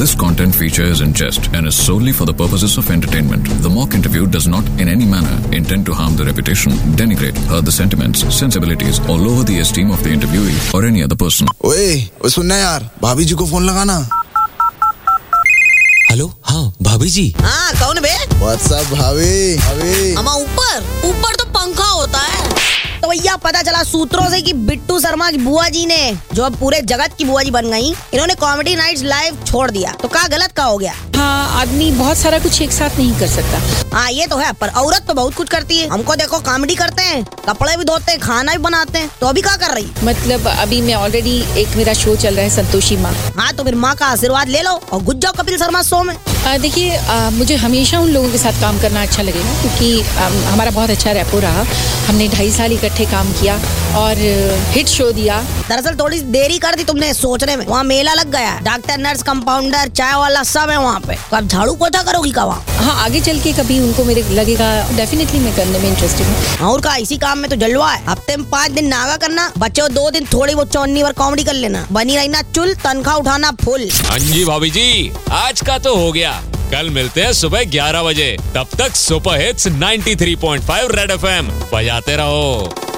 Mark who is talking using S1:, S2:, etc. S1: This content feature is in jest and is solely for the purposes of entertainment. The mock interview does not in any manner intend to harm the reputation, denigrate, hurt the sentiments, sensibilities, or lower the esteem of the interviewee or any other person.
S2: ओए ओए सुनना यार भाभी जी को फोन लगाना
S3: hello हाँ भाभी जी
S4: हाँ कौन बे
S2: व्हाट्सअप भाभी भाभी
S4: अमा ऊपर ऊपर तो पंखा होता है तो भैया पता चला सूत्रों से कि बिट्टू शर्मा की बुआ जी ने जो अब पूरे जगत की बुआ जी बन गई इन्होंने कॉमेडी नाइट्स लाइव छोड़ दिया तो कहा गलत कहा हो गया
S5: हाँ आदमी बहुत सारा कुछ एक साथ नहीं कर सकता
S4: हाँ ये तो है पर औरत तो बहुत कुछ करती है हमको देखो कॉमेडी करते हैं कपड़े भी धोते हैं खाना भी बनाते हैं तो अभी क्या कर रही
S5: मतलब अभी मैं ऑलरेडी एक मेरा शो चल रहा है संतोषी माँ
S4: हाँ तो फिर माँ का आशीर्वाद ले लो और घुस जाओ कपिल शर्मा शो में
S5: आ, देखिए आ, मुझे हमेशा उन लोगों के साथ काम करना अच्छा लगेगा क्योंकि अम, हमारा बहुत अच्छा रैपो रहा हमने ढाई साल इकट्ठे काम किया और अ, हिट शो दिया
S4: दरअसल थोड़ी सी देरी कर दी तुमने सोचने में वहाँ मेला लग गया है। डॉक्टर नर्स कंपाउंडर चाय वाला सब है वहाँ पे तो अब झाड़ू पोछा करोगी का वहाँ
S5: हाँ आगे चल के कभी उनको मेरे लगेगा डेफिनेटली मैं करने में इंटरेस्टेड हूँ
S4: और का इसी काम में तो जलवा है हफ्ते में पाँच दिन नागा करना बच्चों दो दिन थोड़ी बहुत चौनी और कॉमेडी कर लेना बनी रहना चुल तनख्वाह उठाना फुल
S6: हाँ जी भाभी जी आज का तो हो गया कल मिलते हैं सुबह 11 बजे तब तक सुपर हिट्स 93.5 रेड एफएम बजाते रहो